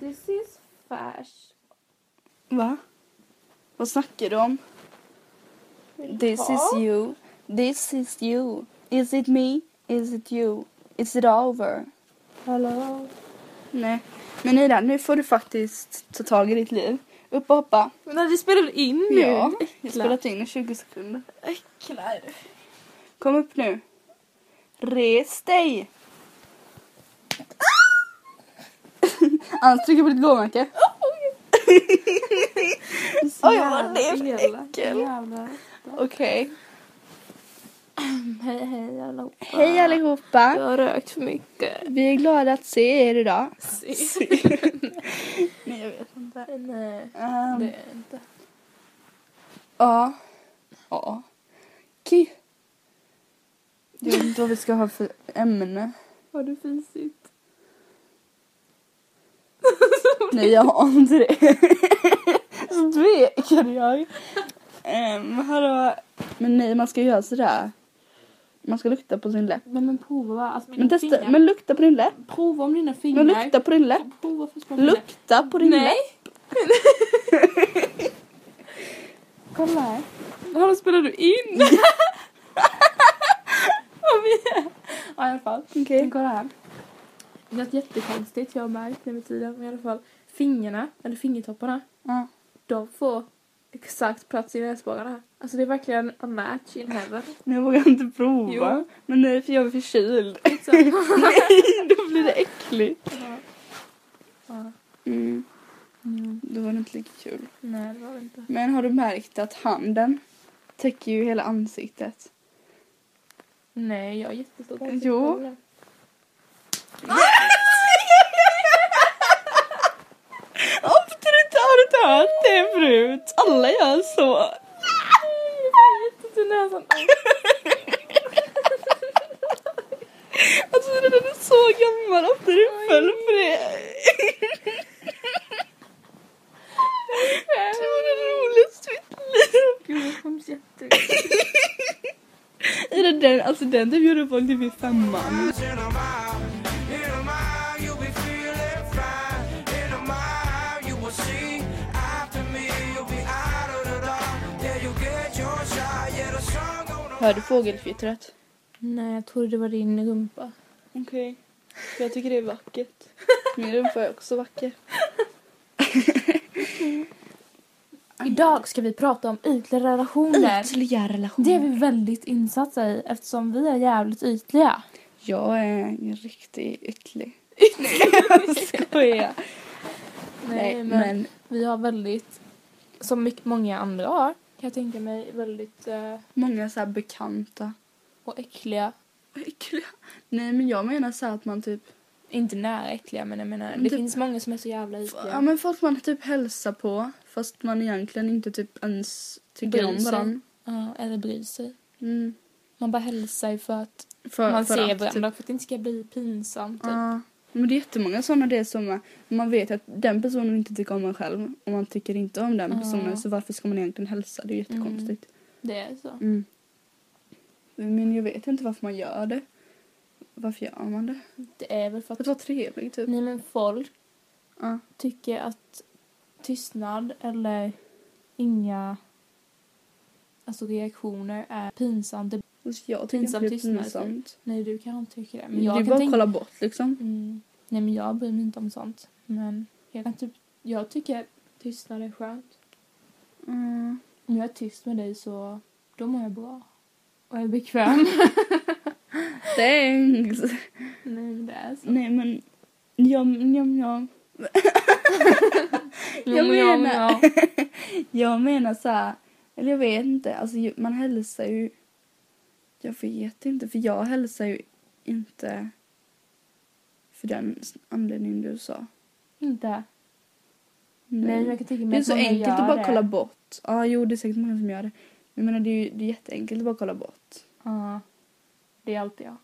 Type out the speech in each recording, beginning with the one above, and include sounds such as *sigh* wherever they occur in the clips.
precis färs. Va? Vad snackar du om? This is Ja. you. This is you. Is it me? Is it you? Is it over? Hallå? Nej. Men Ida, nu får du faktiskt ta tag i ditt liv. Upp och hoppa. Men när vi spelar in nu. Ja, jag har Äcklar. spelat in i 20 sekunder. Äcklar. Kom upp nu. Res dig! *laughs* Annars trycker jag Ah! på ditt blåmärke. Oj, vad det är för äckel. *laughs* Okej. Hej, hej allihopa. Hej Jag allihopa! har rökt för mycket. *laughs* Vi är glada att se er idag. Nej, jag vet inte. Nej, Ehm, det är inte. Ja. Ja. Okej. Jag vet inte vad vi ska ha för ämne. Har du fisit? Nej, jag har inte det. *laughs* Så tvekade jag. Um, hallå. Men nej, man ska göra sådär. Man ska lukta på sin läpp. Nej men prova. Alltså mina Men, testa, fingrar. men lukta på din läpp. Prova om dina fingrar. Men lukta på din läpp. Prova först på mina. Lukta på din Nej. *laughs* läpp. Kolla här. Hallå, spelar du in? *laughs* Vad vi är. Ja, i alla fall. Okej. Men kolla här. Något jättekonstigt jag har märkt nu med tiden. Men i alla fall. Fingrarna, eller fingertopparna. Ja. De får exakt plats i näsborrarna. Alltså det är verkligen a match in heaven. Men jag vågar inte prova. Jo. Men nej, för jag är *laughs* förkyld. *laughs* Liksom. nej, då blir det äckligt. Ja. Ja. Mm. Då var det inte lika kul. Nej, det var det inte. Men har du märkt att handen täcker ju hela *laughs* ansiktet? Nej, jag är jättestort Jo. ansikte. Absolut har du inte hört det förut? Alla gör så. Jättetun näsan. Alltså den är så gammal, ofta du föll för det. Det var det roligaste i mitt liv. Gud, jag skäms jättemycket. Ida, den, alltså den du bjuder folk till vid femman. In a mile, in a mile, you'll be feeling fine. In a mile, you will see. After me, you'll be out of the dark. Yeah, you get your shot. Yeah, the sun gonna. Hör du fågelkvittret? Nej, jag trodde det var din rumpa. Okej. Jag tycker det är *laughs* vackert. Min rumpa är också vacker. Idag ska vi prata om ytliga relationer. Ytliga relationer. Det är vi väldigt insatta i eftersom vi är jävligt ytliga. Jag är en riktig ytlig. *laughs* Jag skojar. Nej, men vi har väldigt, som mycket, många andra har, kan jag tänka mig, väldigt eh, många så här bekanta. och äckliga, Äckliga. Nej men jag menar så här att man typ inte nära äckliga men jag menar, Men det typ- finns många som är så jävla ytliga. Ja men folk man typ hälsar på fast man egentligen inte typ ens tycker Bryr om sig. varandra. Ja, eller bryr sig. Mm. Man bara hälsar för att För, man för ser att, varandra för att det inte ska bli pinsamt. Typ. Ja. Men det är jättemånga sådana det är som eh, man vet att den personen inte tycker om en själv och man tycker inte om den Ja. Mm. personen så varför ska man egentligen hälsa? Det är ju jättekonstigt. Det är så. Mm. Men jag vet inte varför man gör det. Varför gör man det? Det är väl för För att att vara trevlig typ. nej, men folk Ja. tycker att tystnad eller inga alltså reaktioner är pinsamt. Det- Alltså, jag tycker Pinsam inte det är tystnad, pinsamt. Nej, du kanske inte tycker det. Men Det jag är kan bara att tänka... kolla bort liksom. Mm. Nej, men jag bryr mig inte om sånt. Men jag kan typ... Jag tycker tystnad är skönt. Mm. Om jag är tyst med dig så då mår jag bra. Och jag är bekväm. *laughs* Thanks! Nej, men det är så. Nej men, jag, jag, jag, Jo, Jag men ja, men menar- *laughs* ja. jag menar så här, eller jag vet inte, alltså ju- man hälsar ju, jag vet inte för jag hälsar ju inte för den s- anledningen du sa. Inte. Nej. Nej, men jag kan tänka mig det är att så många enkelt gör att bara det. kolla bort. Ja, jo det är säkert många som gör det. Men jag menar det är ju det är jätteenkelt att bara kolla bort. Ja. Det är alltid jag.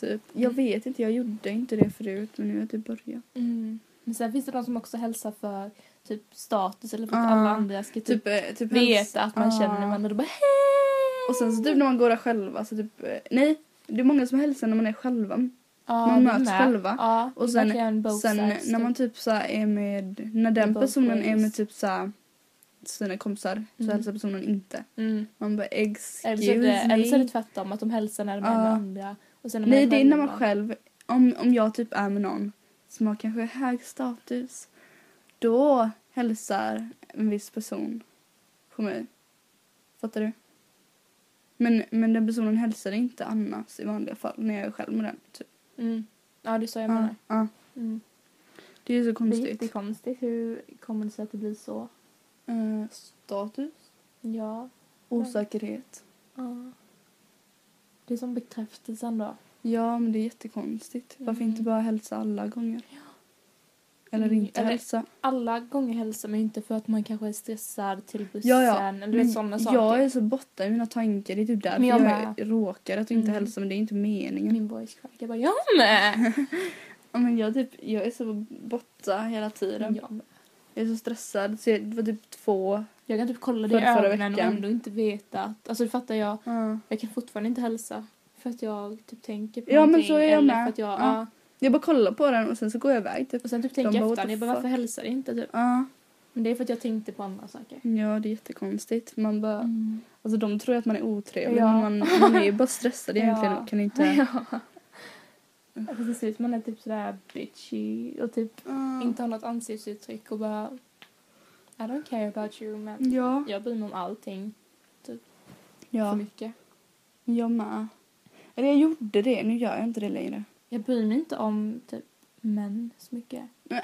Typ, jag Mm. vet inte, jag gjorde inte det förut men nu har jag typ börjat. Mm. Men sen finns det de som också hälsar för typ status eller för att Ja. alla andra ska typ, Ah. Typ, Ah. eh, typ veta att man Ja. känner varandra. Då bara hej! typ Och sen så typ när man går där själva så typ, eh, nej det är många som hälsar när man är själva. Ja, Man det är möts med. själva. Ja, Och sen- verkligen both Sen sides, när man typ. typ så här är med, när den both personen är med ways. typ så här sina kompisar så Mm. hälsar personen inte. mm. Man bara excuse eller, så är det, me. eller så är det tvärtom, att de hälsar när de är med Ja. andra. Och sen när Ah. Nej det är när man själva- själv, om, om jag typ är med någon som har kanske hög status. Då hälsar en viss person på mig. Fattar du? Men, men den personen hälsar inte annars i vanliga fall när jag är själv med den. Typ. Mm. Ja, det är så jag Ja, menar. ja. Mm. Ah. Det är ju så Det är konstigt. jättekonstigt. Hur kommer det sig att det blir så? Eh, status? Ja. Osäkerhet. ja. Ah. Det är som bekräftelsen då. Ja, men det är jättekonstigt. Varför Mm. inte bara hälsa alla gånger? Eller Mm, inte eller- hälsa. Alla gånger hälsar man ju inte för att man kanske är stressad till bussen Ja, ja. eller Men sådana saker. jag är så borta i mina tankar. Det är typ därför Men jag jag, med. råkar att inte Mm. hälsa, men det är inte meningen. *laughs* Min voice crack. Jag bara, jag med! Ja, men jag, typ, jag är så borta hela tiden. Jag, med. Jag är så stressad. Så jag, det var typ två... jag kan typ kolla dig i Förra- förra ögonen och veckan. ändå inte veta att... Alltså du fattar, jag, Ja. jag kan fortfarande inte hälsa. För att jag typ tänker på Ja, men någonting. så är jag eller med. För att jag, Ja. ja. Jag bara kollar på den och sen så går jag iväg. Typ. Och sen typ tänker jag bara, what efter. the Jag bara, fuck? varför hälsar jag inte? Typ. Ja. Men det är för att jag tänkte på andra saker. ja, det är jättekonstigt. Man bara... Mm. Alltså de tror ju att man är otrevlig Ja. men man, man är *laughs* ju bara stressad Ja. egentligen och *laughs* kan inte... Alltså, det ser ut som man är typ sådär bitchy och typ Mm. inte har något ansiktsuttryck och bara... I don't care about you, men... Ja. Jag bryr mig om allting för Mm. ja. mycket. Jag med. Eller jag gjorde det, nu gör jag inte det längre. Jag bryr mig inte om typ män så *laughs* mycket. Nej.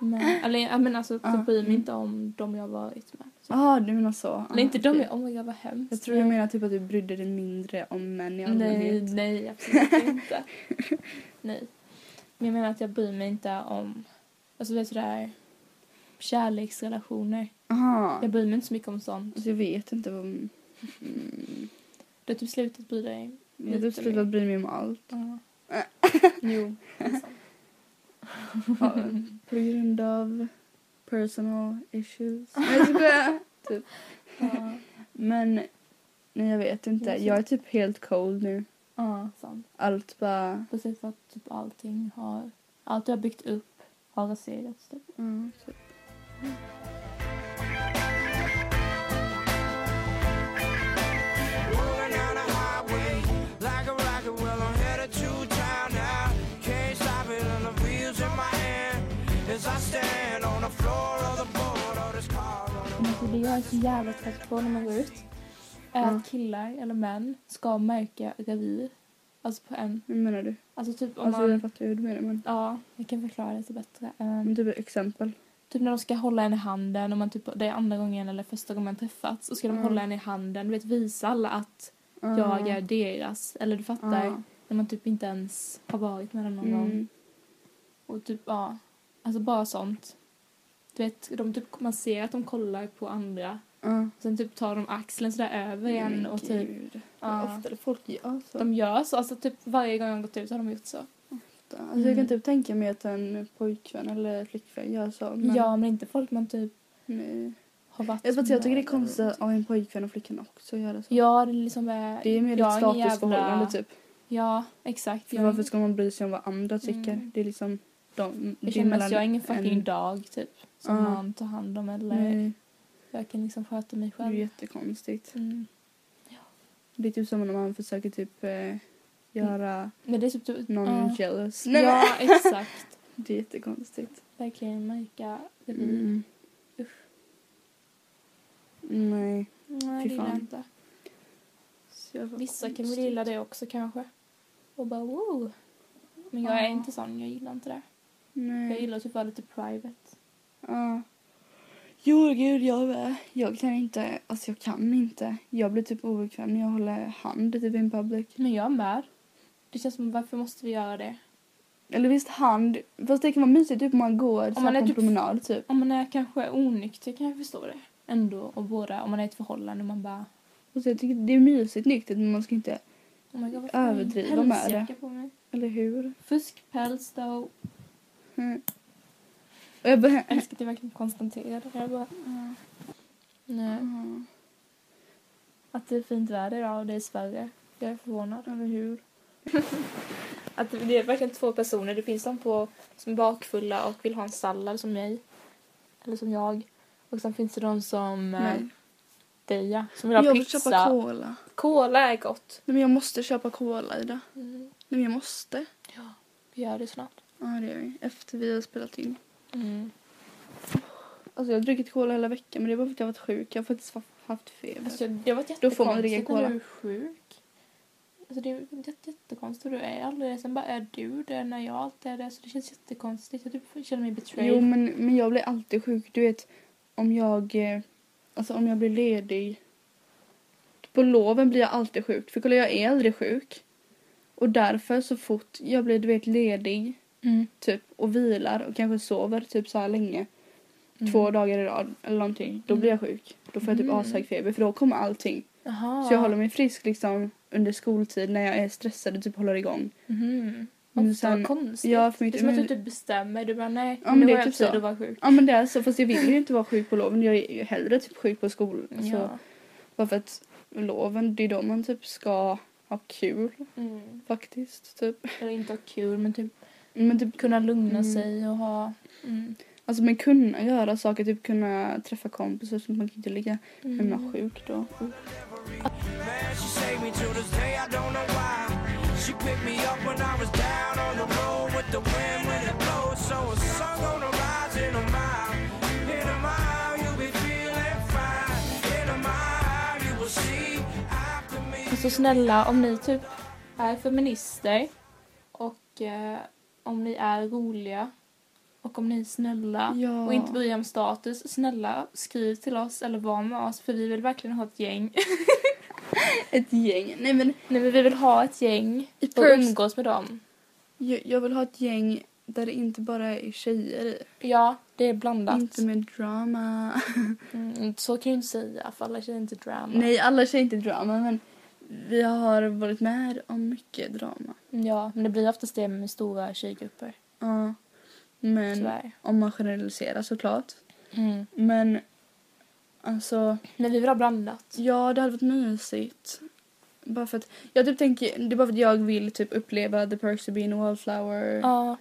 men, eller jag menar alltså, Ja. jag bryr mig Mm. inte om de jag varit med. Så. Ja, ah, du menar så. Eller inte de dem jag, oh my god vad hemskt. Jag tror du menar typ att du brydde dig mindre om män i Nej, allmänhet. nej *laughs* absolut inte. nej. Men jag menar att jag bryr mig inte om, alltså det är sådär kärleksrelationer. Aha. Jag bryr mig inte så mycket om sånt. Alltså, jag vet inte vad... Mm. Du har typ slutat bry dig. Jag har typ Lite mer. slutat bry mig *laughs* om allt. jo, det är sant. Ja, på grund av personal issues. Nej, jag skojar. Ja, Men nej, jag vet inte. Jag är typ helt cold nu. *laughs* ja, sant. Allt bara... Precis för att typ allting har, allt du har byggt upp har raserats typ. Mm, så. Rolling down the highway like a rocket. Well, I'm headed to town now. Can't stop it, and the wheels in my hand as I stand on the floor of the board of this car. on the- Men Alltså det jag är så jävla trött på när man går ut är Ja. att killar eller män ska märka revir. Alltså på en. Hur menar du? Alltså typ om Alltså, jag man... fattar hur du menar. Men, Ja, jag kan förklara det lite bättre. Ehm, men typ ett exempel. typ när de ska hålla en i handen och man typ, det är andra gången eller första gången man träffats och ska de Mm. hålla en i handen, du vet visa alla att Ja. jag är deras. Eller du fattar, Ja. när man typ inte ens har varit med dem någon gång. Mm. Och typ, ja. Alltså bara sånt. Du vet, de typ, man ser att de kollar på andra. Ja. Sen typ tar de axeln sådär över igen och typ... Gud. Ja. Vad ofta folk gör så. De gör så. Alltså typ varje gång jag har gått ut har de gjort så. Alltså, Jag kan typ tänka mig att en pojkvän eller flickvän gör så. Men, Ja, men inte folk man typ Nej. har varit Jag, vet, inte, jag tycker det är med konstigt eller att någonting. en pojkvän och flickan också gör så. Ja, det är liksom... eh, Det är mer jag ett ingen jävla- statusförhållande typ. Ja, exakt. För Jag- varför ska man bry sig om vad andra tycker? Mm. Det är liksom... De, det är känns mellan... jag har ingen fucking en- dag typ. Som Ja. man tar hand om eller... Nej, Jag kan liksom sköta mig det är själv. jättekonstigt. Mm. Det är typ som när man försöker typ eh, göra Men det är typ... typ någon ja. jealous. Nej, men- ja, exakt. Det är jättekonstigt. Verkligen märka det blir... Mm. Nej. Nej, Fy det gillar jag fan. inte. Så jag var Vissa kan väl konstigt. gilla det också kanske. Och bara wow. Men jag är Ja. Mm. inte sån, jag gillar inte det. Nej. Jag gillar typ att vara lite private. Ja. Jo, gud, jag med. Jag kan inte. Alltså, jag kan inte. Jag blir typ obekväm när jag håller hand typ in public. Men jag med. Det känns som varför måste vi göra det? Eller visst hand. Fast det kan vara mysigt typ om man går så man här, på är en typ- promenad typ. Om man är kanske onykter kan jag förstå det. Ändå. Och båda, om man är i ett förhållande man bara Och så Alltså, jag tycker det är mysigt nyktert men man ska inte. oh my God, varför har jag en Överdriva med det. pälsjacka på mig? Eller hur? Fuskpäls då. Mm. Och jag bara... Jag älskar att jag verkligen konstaterar det. Jag bara, nej. Ja, Att det är fint väder idag och det är Sverige. Jag är förvånad. Eller hur? Att det är verkligen två personer. Det finns de på, som är bakfulla och vill ha en sallad som mig. Eller som jag. Och sen finns det de som eh, Nej. Deja. Som vill ha Jag vill pizza. köpa cola. Cola är gott. Nej, men jag måste köpa cola Ida. Mm. Nej, men jag måste. Vi gör det snart. Ja, det gör vi. Efter vi har spelat in. Mm. Alltså, jag har druckit cola hela veckan, men det är bara för att jag har varit sjuk. Jag har faktiskt haft- haft feber. Alltså, det har varit Då får man jättekonstigt när dricka cola. du är sjuk. Alltså, det är jätte, jättekonstigt. Du är aldrig det. Sen bara är du det när jag alltid är det. Så det känns jättekonstigt. Jag typ känner mig betrayed. Jo, men, men jag blir alltid sjuk. Du vet, om jag, eh, alltså, om jag blir ledig... På loven blir jag alltid sjuk. För kolla, jag är aldrig sjuk. Och därför, så fort jag blir du vet, ledig Mm. typ, och vilar och kanske sover typ så här länge, Mm. två dagar i rad eller någonting, då Mm. blir jag sjuk. Då får jag typ Mm. ashög feber, för då kommer allting. Jaha. Så jag håller mig frisk liksom under skoltid när jag är stressad och typ håller igång. Mhm. Men Ofta sen- konstigt. Ja, det för är mitt som att du immun... typ bestämmer. Du bara nej, Ja, nu men det är har jag typ tid så. att vara sjuk. Ja men det är så, fast jag vill ju inte vara sjuk på loven. Jag är ju hellre typ sjuk på skolan. Alltså, Ja. Bara för att loven, det är då man typ ska ha kul Mm. faktiskt. Typ. Eller inte ha kul men typ Men typ, kunna lugna Mm. sig och ha... Mm. alltså men kunna göra saker, typ kunna träffa kompisar. Så man kan inte ligga Mm. hemma sjuk då. Man, she saved me till this day, I don't know why. She picked me up when I was down on the road with the wind when it blows. So a sun gonna rise in a mile. In a mile, you'll be feeling fine. In a mile, you will see after me. Så Alltså, snälla, om ni typ är feminister och eh, om ni är roliga och om ni är snälla Ja. och inte bryr er om status, snälla skriv till oss eller var med oss för vi vill verkligen ha ett gäng. *laughs* Ett gäng. Nej men Nej men vi vill ha ett gäng I och pers- umgås med dem. jag, jag vill ha ett gäng där det inte bara är tjejer i. Ja, det är blandat. Inte med drama. Mm, så kan jag inte säga, för alla känner inte drama. Nej, alla tjejer inte drama, men vi har varit med om mycket drama. Ja, men det blir oftast det med stora tjejgrupper, Ja. Men tyvärr. om man generaliserar såklart. Mm. Men alltså, Men vi vill ha blandat. ja, det hade varit mysigt. Bara för att, jag typ tänker, det är bara för att jag vill typ uppleva the perks of being a wallflower Ja.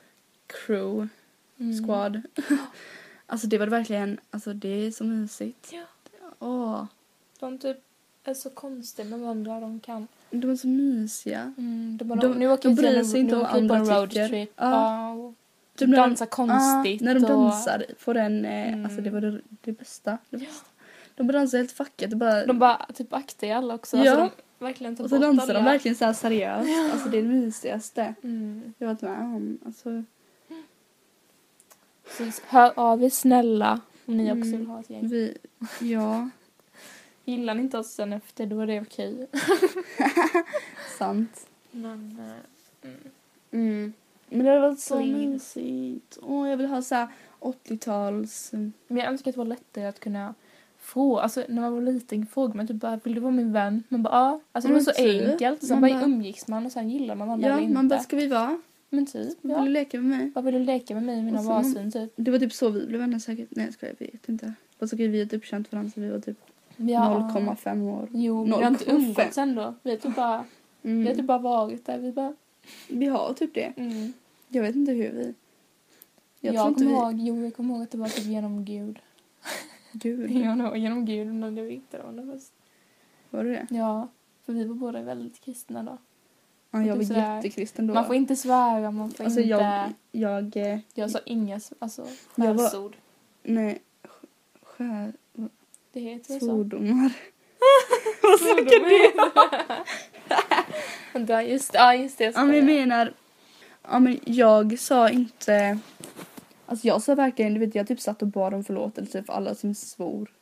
crew, Mm. squad. *laughs* alltså det var det verkligen, alltså det är så mysigt. Ja. Åh, De typ är så konstiga med varandra, de kan. de är så mysiga. Mm, de, De- nu åker de vi till bryr en- sig inte nu om åker vi på andra en tycker. roadtrip. Ja. Ja, och Typ när de- dansar konstigt. Ja, Ah, när de och- dansar på den, eh, Mm. alltså det var det, det bästa. Ja. Det bästa. De bara dansar helt fuckat. och Bara, De bara typ aktar i alla också. Ja. Alltså, de verkligen tar och så bort dansar de alla. verkligen så här seriöst. Alltså det är det mysigaste Mm. jag varit med om. Alltså, Så hör av er snälla om ni också Mm. vill ha ett gäng. vi, ja, Gillar ni inte oss sen efter, då är det okej. sant. Men, eh, Mm. Men det hade varit så Swing. mysigt. Åh, jag vill ha så här 80-tals... Men jag önskar att det var lättare att kunna få, alltså när man var liten frågade man typ bara vill du vara min vän? Man bara ja. Alltså det Men var så typ. enkelt. Sen Man bara bara- umgicks man och sen gillade man varandra Ja, eller inte. man bara, ska vi vara? Men typ, Vill ja. du leka med mig? Bara vill du leka med mig och mina Och så man- varsvin typ? Det var typ så vi blev vänner säkert. Nej, jag skojar, jag vet inte. Fast okej, vi har typ känt varandra sedan vi var typ Ja. 0,5 år. Jo, men vi har inte 0,5. umgåtts ändå. Vi har typ bara, vi har Mm. typ bara varit där. Vi bara, Vi har typ det. mm. Jag vet inte hur vi... Jag, tror inte kommer ihåg, jo jag kommer ihåg att det var typ genom *laughs* Gud. *laughs* Gud, Jag kommer ihåg genom Gud när du hittade honom först. var det det? Ja, för vi var båda väldigt kristna då. Ja, jag typ var sådär. jättekristen då. Man får inte svära, man får alltså inte... jag, jag, eh, Jag sa inga alltså, Jag var- skällsord. nej, sk- skär, Det heter väl så? svordomar. Vad snackar *laughs* du om? Ja, just, ja, just det. jag Ja men jag skojar. menar, ja men jag sa inte, alltså jag sa verkligen, du vet jag typ satt och bad om förlåtelse för alla som svor. Gjorde-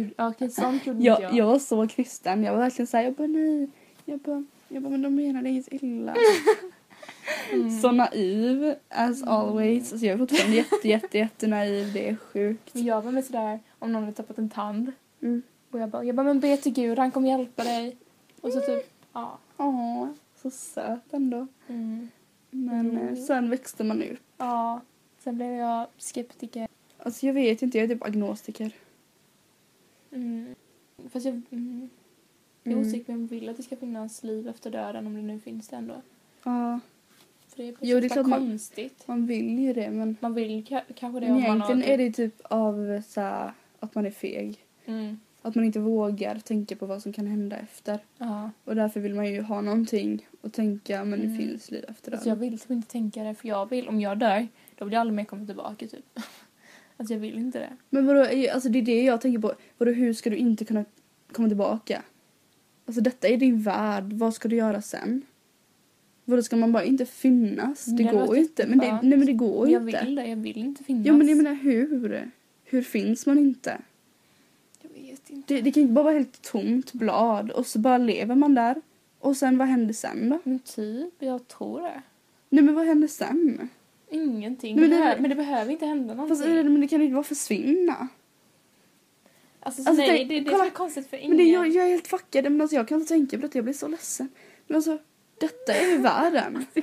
Mm, ja, Okej, sånt gjorde inte Jag, jag var så kristen, jag var verkligen såhär, jag bara nej, jag bara, jag bara men de menade inget illa. Mm. Så naiv as always. Alltså jag är fortfarande jätte jätte jätte naiv, det är sjukt. Men jag var med sådär, om någon hade tappat en tand. Mm. Och jag bara, jag bara men be till Gud, han kommer hjälpa dig. Och så typ, ja. Åh, så söt ändå. Mm. Men Mm. eh, sen växte man upp. Ja. Sen blev jag skeptiker. Alltså jag vet inte, jag är typ agnostiker. Mm. Fast jag, mm. jag är osäker på om jag vill att det ska finnas liv efter döden, om det nu finns det ändå. Ja. För det är Jo, det är så klart man- konstigt. Man vill ju det men, Man vill ka- kanske det men om man har... egentligen är det typ av så här, att man är feg. Mm. Att man inte vågar tänka på vad som kan hända efter. Ja. Och därför vill man ju ha någonting att tänka men det Mm. finns liv efter Alltså jag det. vill typ inte tänka det för jag vill, om jag dör, då vill jag aldrig mer komma tillbaka typ. *laughs* Alltså jag vill inte det. Men vadå, är- alltså det är det jag tänker på. Vadå, hur ska du inte kunna komma tillbaka? Alltså detta är din värld, vad ska du göra sen? Vadå, ska man bara inte finnas? Det Det går låter ju inte. Men det, skönt. nej men det går ju jag inte. vill det, jag vill inte finnas. Ja men jag menar hur? Hur finns man inte? Jag vet inte. Det, det kan ju inte bara vara helt tomt blad och så bara lever man där. Och sen vad händer sen då? Men typ, jag tror det. Nej men vad händer sen? Ingenting. Nej, Men men det, det- behö- men det behöver inte hända någonting. Fast, eh, men det kan ju inte bara försvinna. alltså, alltså, nej, tänk- det, det är kolla. så konstigt för ingen. Men det, jag, jag är helt fuckad. Men alltså, jag kan inte tänka på detta, jag blir så ledsen. Men alltså, detta är ju världen. *laughs*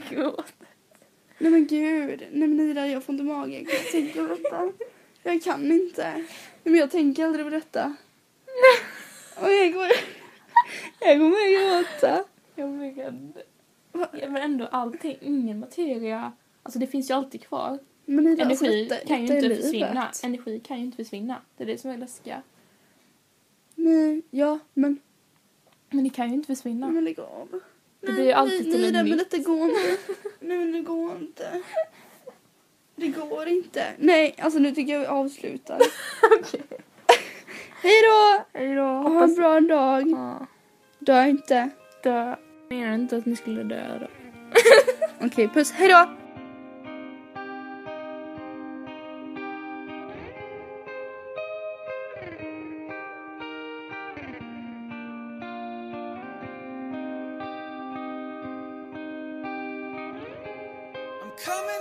Nej men gud. Nej men Ida, jag får inte mage. Jag kan inte tänka på detta. Jag kan inte. Nej, men jag tänker aldrig på detta. Och jag går... Jag kommer att gråta. Oh my god. Va? Ja, men ändå allting, ingen materia. Alltså det finns ju alltid kvar. Men Ida, alltså, Energi detta, kan ju detta är inte livet. försvinna. Energi kan ju inte försvinna. Det är det som är läskiga. Nej, ja, men... Men det kan ju inte försvinna. Men lägg av. Det blir ju alltid till nej, ett nej, men nytt. detta går inte. Nej, men det går inte. Det går inte. Nej, alltså nu tycker jag vi avslutar. *laughs* Hej då! Hej då. Ha en Hoppas... bra dag. Ja. Dö inte. Dö. Menar du inte att ni skulle dö då? Okej, puss. Hej då! I'm coming Oh,